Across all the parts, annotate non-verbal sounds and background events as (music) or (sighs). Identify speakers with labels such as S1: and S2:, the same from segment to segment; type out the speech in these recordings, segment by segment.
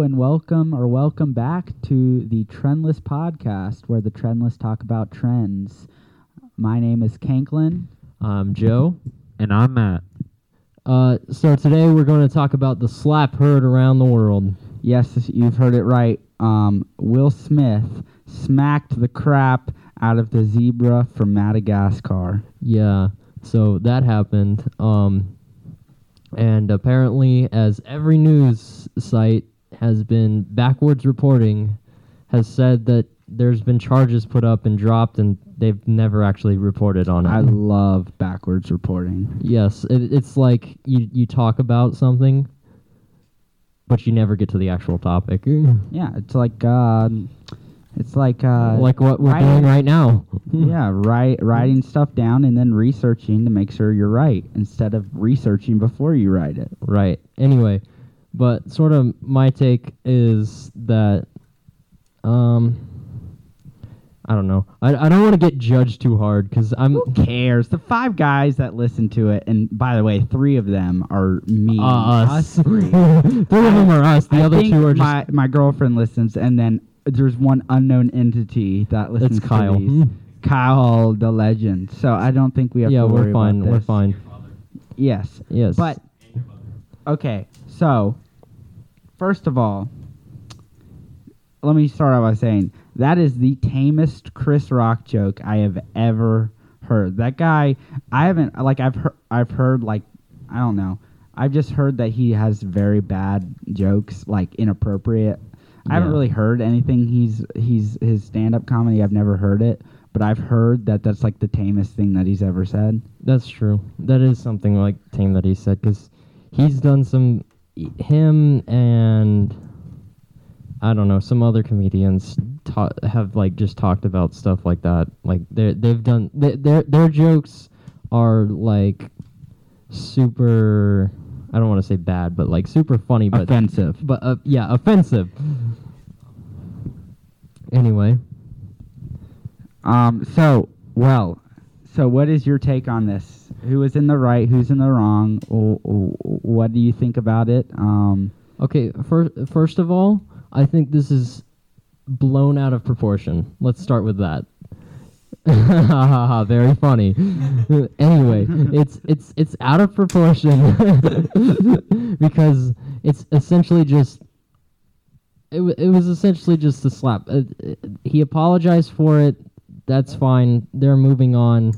S1: Welcome or welcome back to the Trendless podcast, where the Trendless talk about trends. My name is Kanklin.
S2: I'm Um, Joe.
S3: And I'm Matt.
S2: Uh, so today we're going to talk about the slap heard around the world.
S1: Yes, you've heard it right. Um, Will Smith smacked the crap out of the zebra from Madagascar.
S2: Yeah, so that happened. Um, and apparently, as every news site has been backwards reporting, has said that there's been charges put up and dropped, and they've never actually reported on it.
S1: I love backwards reporting.
S2: yes, it, it's like you you talk about something, but you never get to the actual topic.
S1: Yeah, it's like uh, it's like uh,
S2: like what we're
S1: I-
S2: doing right now.
S1: yeah, write, writing stuff down and then researching to make sure you're right instead of researching before you write it.
S2: Right. Anyway, but sort of my take is that um I don't know. I, I don't want to get judged too hard cuz I'm
S1: Who cares? The five guys that listen to it, and by the way, three of them are me.
S2: uh, us. (laughs) three
S1: (laughs) three.
S2: of them are us. The
S1: I
S2: other
S1: think
S2: two are just
S1: my, my girlfriend listens, and then there's one unknown entity that listens.
S2: it's
S1: to
S2: Kyle.
S1: these. Kyle, the legend. So I don't think we have.
S2: Yeah,
S1: to worry
S2: we're
S1: about
S2: fine. We're
S1: this.
S2: fine.
S1: Yes,
S2: Yes.
S1: but okay. So first of all, let me start out by saying that is the tamest Chris Rock joke I have ever heard. That guy, I haven't like I've heard I've heard like I don't know. I've just heard that he has very bad jokes, like inappropriate. I haven't
S2: Yeah.
S1: really heard anything he's he's his stand up comedy. I've never heard it, but I've heard that that's like the tamest thing that he's ever said.
S2: That's true. That is something like tame that he said because he's done some e, him and I don't know some other comedians ta- have like just talked about stuff like that. Like they they've done they, their their jokes are like super. I don't want to say bad, but like super funny, but
S1: Offensive.
S2: but uh, yeah, offensive. Anyway,
S1: Um. So well. So what is your take on this? Who is in the right? Who's in the wrong? W- w- What do you think about it? Um.
S2: Okay, first first of all, I think this is blown out of proportion. Let's start with that. (laughs) Very funny. (laughs) anyway, it's it's it's out of proportion (laughs) because it's essentially just it, wa- it was essentially just a slap. Uh, uh, he apologized for it. That's fine. They're moving on.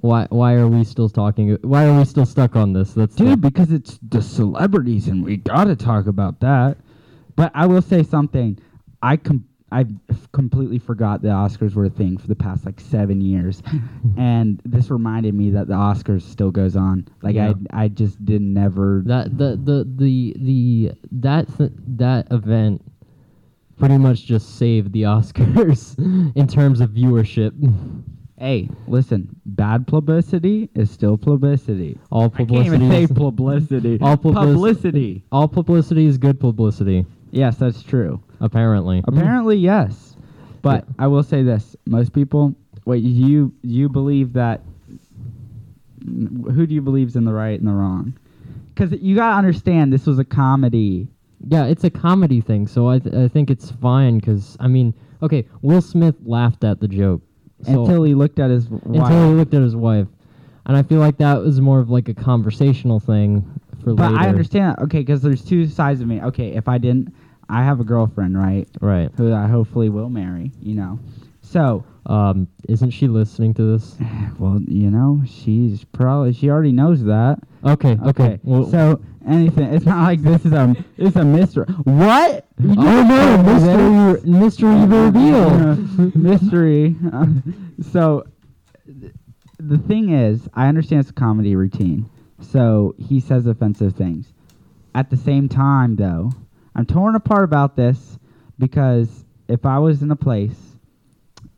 S2: Why why are we still talking? Why are we still stuck on this? That's the-
S1: Dude, because it's the celebrities and we gotta talk about that. But I will say something. I com- I f- completely forgot the Oscars were a thing for the past like seven (laughs) years, and this reminded me that the Oscars still goes on. Like
S2: Yeah.
S1: I I just did never.
S2: that the the the the that th- that event pretty much just saved the Oscars (laughs) in terms of viewership. (laughs)
S1: hey, listen, bad publicity is still publicity.
S2: All
S1: I can't even
S2: publicity,
S1: say
S2: is,
S1: publicity.
S2: (laughs) All publici-
S1: publicity.
S2: all publicity is good publicity,
S1: Yes, that's true.
S2: apparently.
S1: Apparently, yes. But I will say this: most people. Wait, you you believe that? Who do you believe's in the right and the wrong? Because you gotta understand, this was a comedy.
S2: Yeah, it's a comedy thing, so I th- I think it's fine because I mean, okay, Will Smith laughed at the joke so-
S1: until he looked at his wife.
S2: until he looked at his wife, and I feel like that was more of like a conversational thing for
S1: but
S2: later.
S1: I understand. Okay, because there's two sides of me. Okay, if I didn't, I have a girlfriend, right?
S2: Right?
S1: Who I hopefully will marry. You know. So, (sighs)
S2: Um, isn't she listening to this?
S1: well, you know, she's probably she already knows that.
S2: Okay. Okay.
S1: Okay.
S2: Well,
S1: so anything. It's not like this is a it's a mystery. What? You
S2: Oh no,
S1: just-
S2: mystery, mystery
S1: Uh,
S2: reveal. (laughs)
S1: mystery. (laughs) Uh, so th- the thing is, I understand it's a comedy routine. So he says offensive things. At the same time, though, I'm torn apart about this because if I was in a place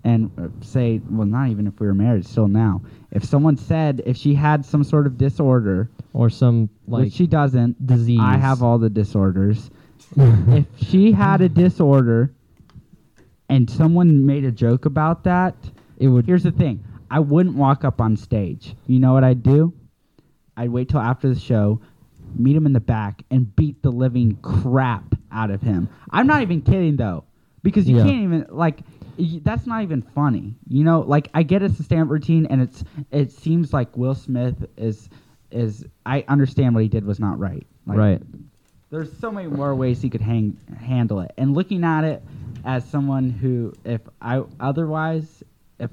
S1: and uh, say, well, not even if we were married, still now, if someone said if she had some sort of disorder,
S2: Or some like
S1: which she (laughs) doesn't,
S2: disease.
S1: I have all the disorders. if she had a disorder and someone made a joke about that,
S2: It would.
S1: here's the thing. I wouldn't walk up on stage. You know what I'd do? I'd wait till after the show, meet him in the back, and beat the living crap out of him. I'm not even kidding though, because you
S2: Yeah.
S1: can't even like y- that's not even funny. You know, like I get it's a stand-up routine, and it's it seems like Will Smith is is I understand what he did was not right. Like,
S2: right.
S1: there's so many more ways he could hang handle it. And looking at it as someone who, if I otherwise, if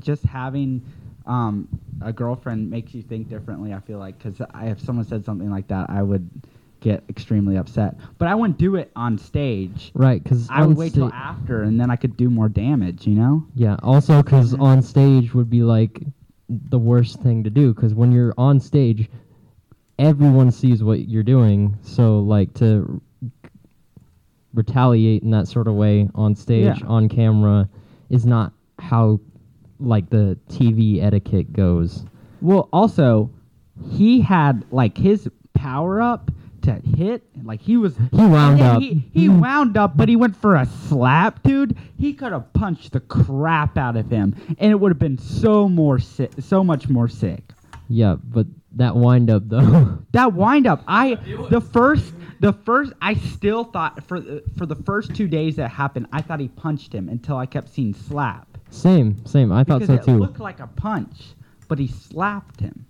S1: just having um, a girlfriend makes you think differently, I feel like because if someone said something like that, I would get extremely upset. But I wouldn't do it on stage.
S2: Right, because
S1: I would wait till after, and then I could do more damage. You know?
S2: Yeah, also because
S1: Mhm.
S2: on stage would be like the worst thing to do because when you're on stage, everyone sees what you're doing. So like to r- retaliate in that sort of way on stage
S1: Yeah.
S2: on camera is not how like the TV etiquette goes.
S1: Well, also, he had like his power up to hit. Like he was, he
S2: wound up.
S1: He, he wound up, but he went for a slap, dude. He could have punched the crap out of him, and it would have been so more sick, so much more sick.
S2: Yeah, but that wind up though. (laughs)
S1: That wind up, I the first, the first, I still thought for the- for the first two days that happened, I thought he punched him until I kept seeing slap.
S2: same, same. I thought
S1: because
S2: so
S1: it
S2: too.
S1: looked like a punch, but he slapped him,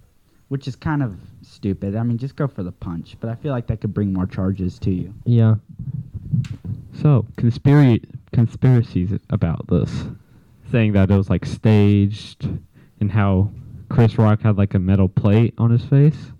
S1: which is kind of stupid. I mean, just go for the punch, but I feel like that could bring more charges to you.
S2: yeah.
S3: So conspiracy conspiracies about this, saying that it was like staged, and how Chris Rock had like a metal plate on his face.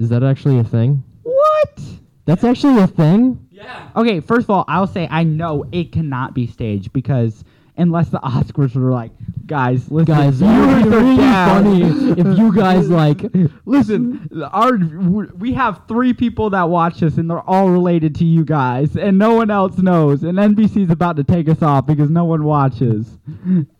S2: Is that actually a thing?
S1: What?
S2: That's actually a thing?
S4: Yeah.
S1: Okay, first of all, I'll say I know it cannot be staged because unless the (laughs) Oscars were like, guys, listen,
S2: Guys,
S1: you
S2: it would be
S1: are
S2: really
S1: down."
S2: funny
S1: (laughs)
S2: if you guys like
S1: Listen, our we have three people that watch us, and they're all related to you guys, and no one else knows. And NBC's about to take us off because no one watches.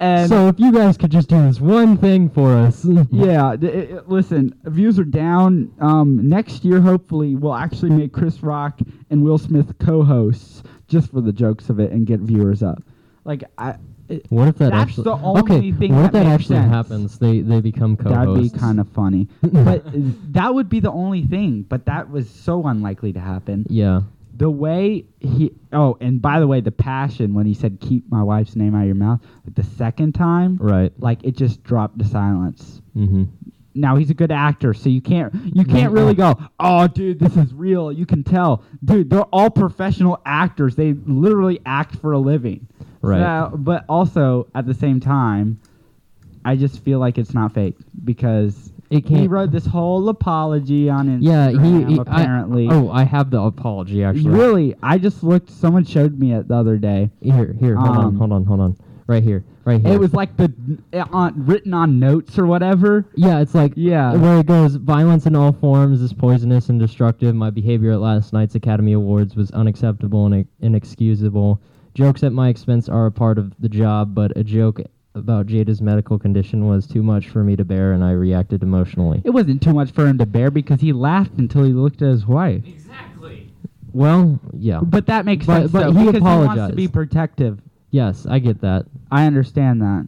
S1: And
S2: so if you guys could just do this one thing for us. (laughs)
S1: Yeah, d- i- i- listen, views are down. Um, next year, hopefully, we'll actually make Chris Rock and Will Smith co-hosts just for the jokes of it and get viewers up. Like, I, it,
S2: What if that
S1: That's
S2: actually
S1: the only
S2: okay,
S1: thing
S2: what if
S1: that
S2: that
S1: makes
S2: actually
S1: sense.
S2: happens? They they become
S1: that'd
S2: co-hosts.
S1: be kind of
S2: (laughs)
S1: funny. but that would be the only thing. But that was so unlikely to happen.
S2: Yeah.
S1: The way he, oh, and by the way, the passion when he said "keep my wife's name out of your mouth," like the second time,
S2: Right.
S1: like it just dropped to silence.
S2: Mm-hmm.
S1: now he's a good actor, so you can't you can't really go, oh dude, this is real. You can tell, dude, they're all professional actors. They literally act for a living.
S2: Right.
S1: So- but also at the same time, I just feel like it's not fake because
S2: It
S1: he
S2: can't-
S1: wrote this whole apology on Instagram.
S2: Yeah, he, he- I-
S1: apparently.
S2: oh, I have the apology actually.
S1: Really, I just looked. Someone showed me it the other day.
S2: Here, here, hold on,
S1: Um,
S2: hold on, hold on. Right here. Right here.
S1: It was like the uh, on, written on notes or whatever.
S2: Yeah, it's like
S1: Yeah.
S2: where it goes. Violence in all forms is poisonous and destructive. My behavior at last night's Academy Awards was unacceptable and inexcusable. Jokes at my expense are a part of the job, but a joke about Jada's medical condition was too much for me to bear, and I reacted emotionally.
S1: It wasn't too much for him to bear because he laughed until he looked at his wife.
S4: Exactly.
S2: Well, yeah,
S1: But that makes
S2: But-
S1: sense.
S2: but
S1: though,
S2: he
S1: because He wants to
S2: apologized.
S1: be protective.
S2: yes, I get that.
S1: I understand that.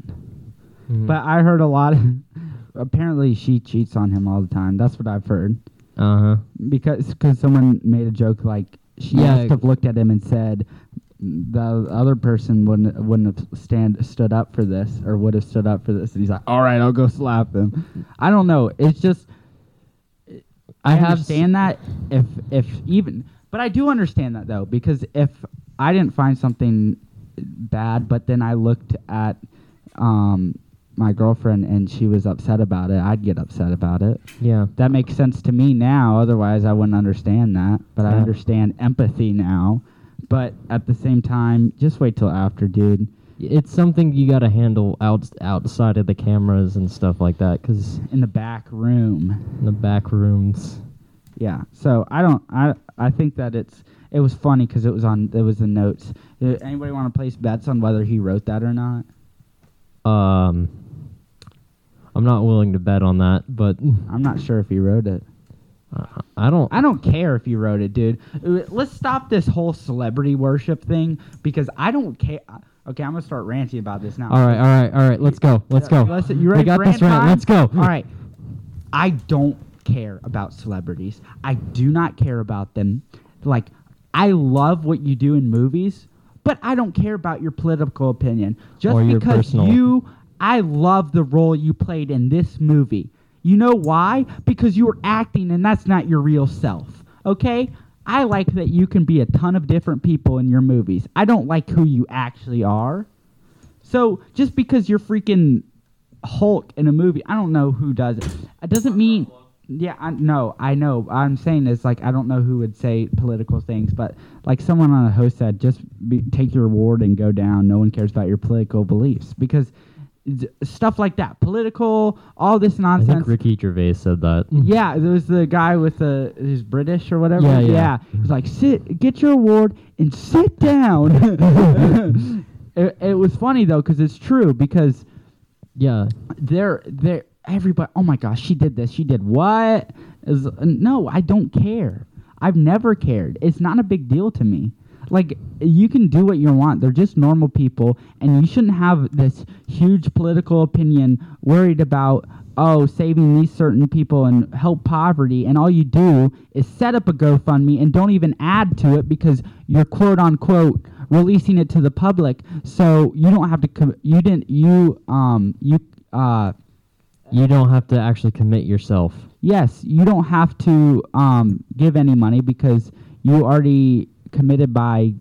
S2: Mhm.
S1: But I heard a lot. (laughs) apparently, she cheats on him all the time. That's what I've heard.
S2: uh huh,
S1: Because cause someone made a joke like she
S2: Yeah.
S1: must have looked at him and said the other person wouldn't wouldn't have stand stood up for this or would have stood up for this. And he's like, "All right, I'll go slap him." I don't know. It's just I,
S2: have s-
S1: understand that if if even but I do understand that though because if I didn't find something bad but then I looked at um my girlfriend and she was upset about it, I'd get upset about it.
S2: yeah.
S1: That makes sense to me now, otherwise I wouldn't understand that, but I
S2: Yeah.
S1: understand empathy now. But at the same time, just wait till after, dude.
S2: It's something you gotta handle out outside of the cameras and stuff like that, because
S1: In the back room.
S2: in the back rooms.
S1: Yeah. So I don't. I I think that it's it was funny because it was on it was the notes. Uh, Anybody want to place bets on whether he wrote that or not?
S2: Um, I'm not willing to bet on that, but
S1: I'm not sure if he wrote it.
S2: I- I don't.
S1: I don't care if he wrote it, dude. Uh, Let's stop this whole celebrity worship thing because I don't care. Okay, I'm gonna start ranting about this now.
S2: All right, all right, all right. Let's go. Let's go.
S1: Listen, you ready
S2: We got
S1: for
S2: this
S1: rant
S2: right.
S1: time?
S2: Let's go.
S1: All right. I don't care about celebrities. I do not care about them. Like I love what you do in movies, but I don't care about your political opinion. Just
S2: Or your
S1: because
S2: personal-
S1: you, I love the role you played in this movie. You know why? Because you were acting and that's not your real self. Okay? I like that you can be a ton of different people in your movies. I don't like who you actually are. So just because you're freaking Hulk in a movie, I don't know who does it. It doesn't mean. Yeah, I, no, I know. I'm saying is like I don't know who would say political things, but like someone on a host said, just be, take your award and go down. No one cares about your political beliefs because d- stuff like that, political, all this
S2: I
S1: nonsense.
S2: think Ricky Gervais said that.
S1: Yeah, there was the guy with the who's British or whatever.
S2: Mm-hmm. Yeah, yeah.
S1: He was like, sit, get your award and sit
S2: (laughs)
S1: down. (laughs) it, it was funny though because it's true because
S2: Yeah.
S1: they're they're everybody. Oh my gosh, she did this. She did what? Is no, I don't care. I've never cared. It's not a big deal to me. Like you can do what you want. They're just normal people, and you shouldn't have this huge political opinion worried about oh saving these certain people and help poverty. And all you do is set up a GoFundMe and don't even add to it because you're quote unquote releasing it to the public. So you don't have to. Com- you didn't. You um. You uh.
S2: You don't have to actually commit yourself.
S1: Yes, you don't have to um, give any money because you already committed by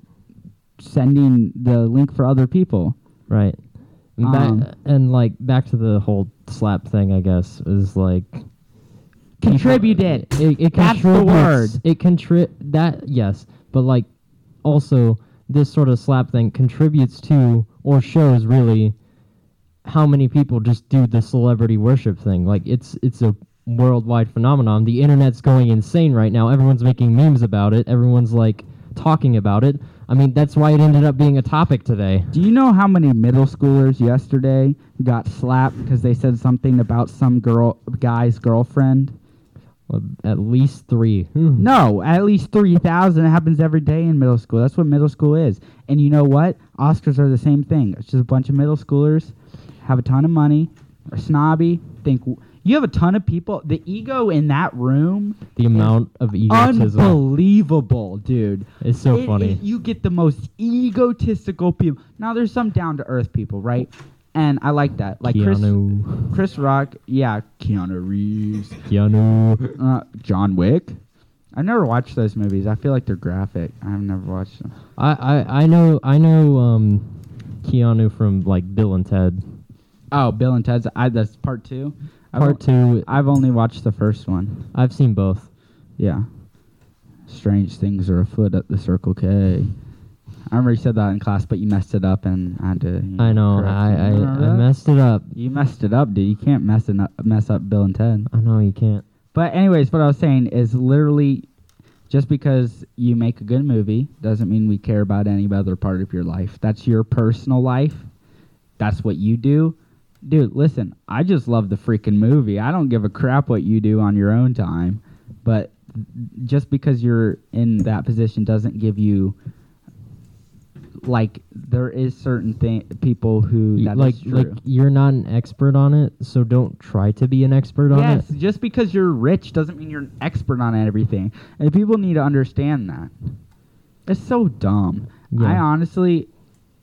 S1: sending the link for other people.
S2: Right. And, back,
S1: Um,
S2: and like back to the whole slap thing, I guess is like
S1: Contributed.
S2: It, it
S1: That's the word.
S2: contributes. It contri that yes, but like also this sort of slap thing contributes to or shows really how many people just do the celebrity worship thing. Like it's it's a worldwide phenomenon. The internet's going insane right now. Everyone's making memes about it. Everyone's like talking about it. I mean, that's why it ended up being a topic today.
S1: Do you know how many middle schoolers yesterday got slapped because they said something about some girl guy's girlfriend?
S2: Well, At least three.
S1: Hmm. No, at least 3,000. It happens every day in middle school. That's what middle school is. And you know what? Oscars are the same thing. It's just a bunch of middle schoolers have a ton of money, are snobby, think you have a ton of people. The ego in that room,
S2: The amount of egotism
S1: unbelievable, dude.
S2: is so
S1: It-
S2: funny.
S1: it- you get the most egotistical people. Now, there's some down to earth people, right? And I like that. Like
S2: Keanu,
S1: Chris, Chris Rock, yeah, Keanu Reeves,
S2: Keanu.
S1: uh, John Wick. I've never watched those movies. I feel like they're graphic. I've never watched them.
S2: I, I I know I know um, Keanu from like Bill and Ted
S1: Oh, Bill and Ted's. I, that's part two. I've
S2: Part Two.
S1: I've only watched the first one.
S2: I've seen both.
S1: Yeah. Strange things are afoot at the Circle K. I remember you said that in class, but you messed it up, and I had to. you
S2: I know
S1: correct
S2: I
S1: you.
S2: I,
S1: Remember
S2: I
S1: that?
S2: messed it up.
S1: You messed it up, dude. You can't mess it up, mess up Bill and Ted.
S2: I know you can't.
S1: But anyways, what I was saying is literally just because you make a good movie doesn't mean we care about any other part of your life. That's your personal life. That's what you do. Dude, listen, I just love the freaking movie. I don't give a crap what you do on your own time. But just because you're in that position doesn't give you like there is certain thing people who
S2: You-
S1: that is
S2: like
S1: true.
S2: like you're not an expert on it, so don't try to be an expert on
S1: Yes,
S2: it.
S1: just because you're rich doesn't mean you're an expert on everything. And people need to understand that. It's so dumb.
S2: Yeah.
S1: I honestly,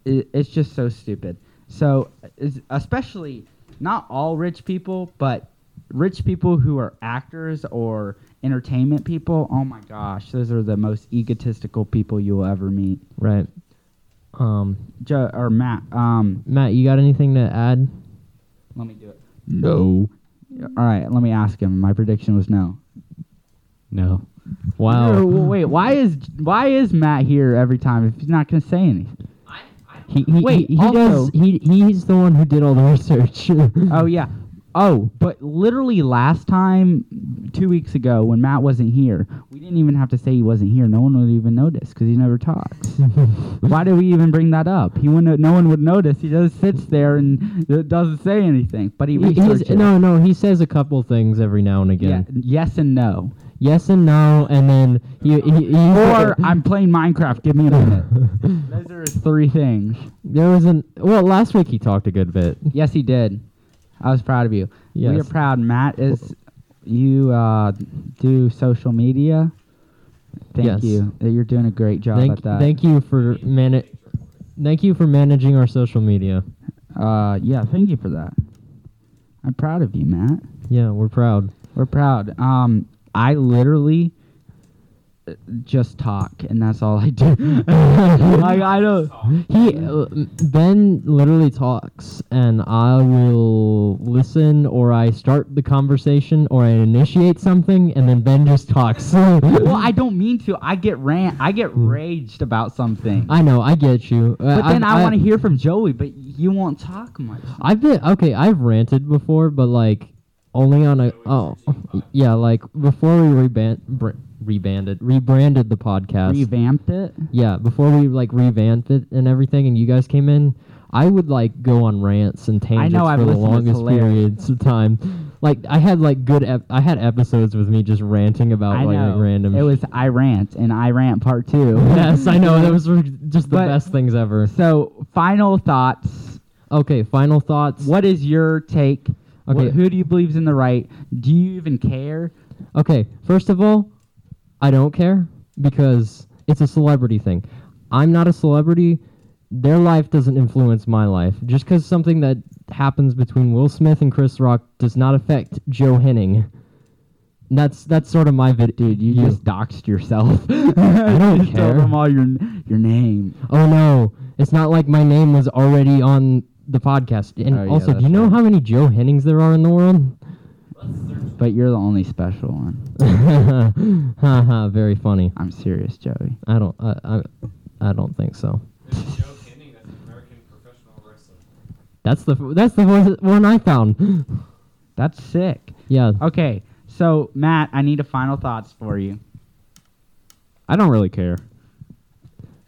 S1: i it's just so stupid. So, is- especially not all rich people, but rich people who are actors or entertainment people. Oh my gosh, those are the most egotistical people you'll ever meet.
S2: Right. Um,
S1: Joe or Matt, um,
S2: Matt, you got anything to add?
S1: let me do it.
S3: No.
S1: All right, let me ask him. My prediction was no.
S3: No.
S2: Wow.
S1: No, well, wait, why is why is Matt here every time if he's not going to say anything?
S2: He, he,
S1: Wait,
S2: he, he
S1: also-
S2: does. He he's the one who did all the research.
S1: (laughs) Oh yeah. Oh, but literally last time, two weeks ago, when Matt wasn't here, we didn't even have to say he wasn't here. No one would even notice because he never talks.
S2: (laughs)
S1: Why did we even bring that up? He wouldn't. No one would notice. He just sits there and d- doesn't say anything. But he
S2: (laughs) He- he's-
S1: researches.
S2: no, no, he says a couple things every now and
S1: Yeah.
S2: again.
S1: Yes and no.
S2: Yes and no, and then he, he, he
S1: Or I'm playing Minecraft. Give me a minute. Those are his three things.
S2: (laughs) there was an well last week he talked a good bit.
S1: Yes, he did. I was proud of you. We are
S2: Yes.
S1: proud. Matt is you uh, do social media. Thank
S2: Yes.
S1: you. Uh, You're doing a great job
S2: thank,
S1: at that.
S2: thank you for man. Thank you for managing our social media.
S1: Uh, yeah, thank you for that. I'm proud of you, Matt.
S2: Yeah, we're proud.
S1: We're proud. Um, I literally uh, just talk, and that's all I do. (laughs) like I don't.
S2: He uh, m- Ben literally talks, and I will listen, or I start the conversation, or I initiate something, and then Ben just talks. (laughs)
S1: Well, I don't mean to. I get rant. I get raged about something.
S2: I know, I get you. Uh,
S1: but then I, want to hear from Joey, but you won't talk much.
S2: I've been okay. I've ranted before, but like only on a oh (laughs) yeah, like before we reban br- rebanded rebranded the podcast.
S1: Revamped it.
S2: yeah, before we like revamped it and everything, and you guys came in, I would like go on rants and tangents
S1: know,
S2: for
S1: I've
S2: the
S1: listened, it's
S2: longest
S1: hilarious.
S2: periods of time. Like I had like good ep- I had episodes with me just ranting about
S1: I
S2: Oh, like,
S1: know.
S2: random.
S1: It
S2: sh-
S1: was I rant and I rant part two.
S2: (laughs) yes, I know. Those were just the
S1: But-
S2: best things
S1: (laughs)
S2: ever.
S1: So final thoughts.
S2: Okay, final thoughts.
S1: What is your take?
S2: Okay.
S1: Wh- who do you believe's in the right? Do you even care?
S2: Okay, first of all, I don't care because it's a celebrity thing. I'm not a celebrity. Their life doesn't influence my life. Just because something that happens between Will Smith and Chris Rock does not affect Joe Henning. That's that's sort of my vid-
S1: Dude, you, just doxed yourself.
S2: (laughs) I don't
S1: (laughs) You just
S2: care.
S1: Told them all your n- your name.
S2: Oh no, it's not like my name was already on the podcast. And
S1: Oh, yeah,
S2: also, do you
S1: that's
S2: know
S1: right.
S2: how many Joe Hennings there are in the world? (laughs)
S1: But you're the only special one.
S2: Ha ha, very funny.
S1: I'm serious, Joey.
S2: I don't I, I I don't think so.
S4: There's a Joe Kenning that's an American professional wrestler.
S2: That's the that's the one, one I found. (laughs)
S1: That's sick.
S2: yeah.
S1: Okay, so Matt, I need a final thoughts for you.
S3: I don't really care.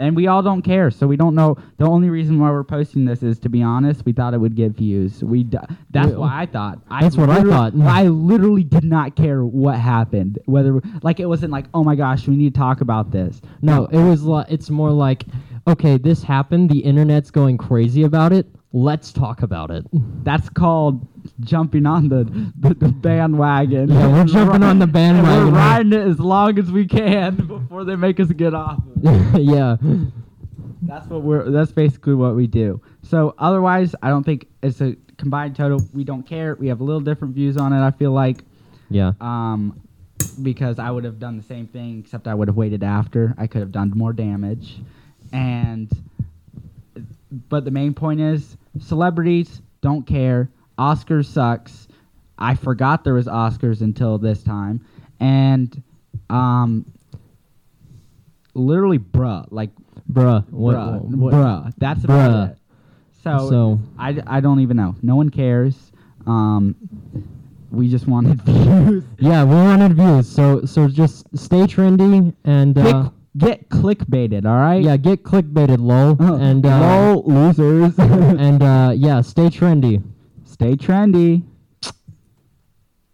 S1: And we all don't care, so we don't know. The only reason why we're posting this is, to be honest, we thought it would get views. We d- that's
S2: Yeah.
S1: what I thought. I
S2: That's what I
S1: literally-
S2: thought.
S1: I literally did not care what happened. Whether like it wasn't like, oh my gosh, we need to talk about this.
S2: No, it was li- it's more like okay, this happened, the internet's going crazy about it. Let's talk about it. (laughs)
S1: That's called jumping on the the, the bandwagon.
S2: Yeah, we're jumping on the
S1: (laughs) And
S2: bandwagon.
S1: We're riding it as long as we can (laughs) before they make us get off. Of it.
S2: yeah.
S1: That's what we're. That's basically what we do. So otherwise, I don't think it's a combined total. We don't care. We have a little different views on it. I feel like,
S2: Yeah.
S1: um, because I would have done the same thing, except I would have waited after. I could have done more damage, and but the main point is celebrities don't care. Oscars sucks. I forgot there was Oscars until this time, and um, literally, bruh, like
S2: Bruh. What,
S1: bruh,
S2: what-
S1: bruh. That's about
S2: Bruh.
S1: it. So,
S2: So-
S1: I, I don't even know. No one cares. Um, we just wanted (laughs) views.
S2: Yeah, we wanted views. So so just stay trendy and
S1: Get-
S2: uh,
S1: get clickbaited, all right?
S2: yeah, get clickbaited lol and uh
S1: Oh. Lol, losers.
S2: (laughs) and uh yeah, stay trendy.
S1: Stay trendy.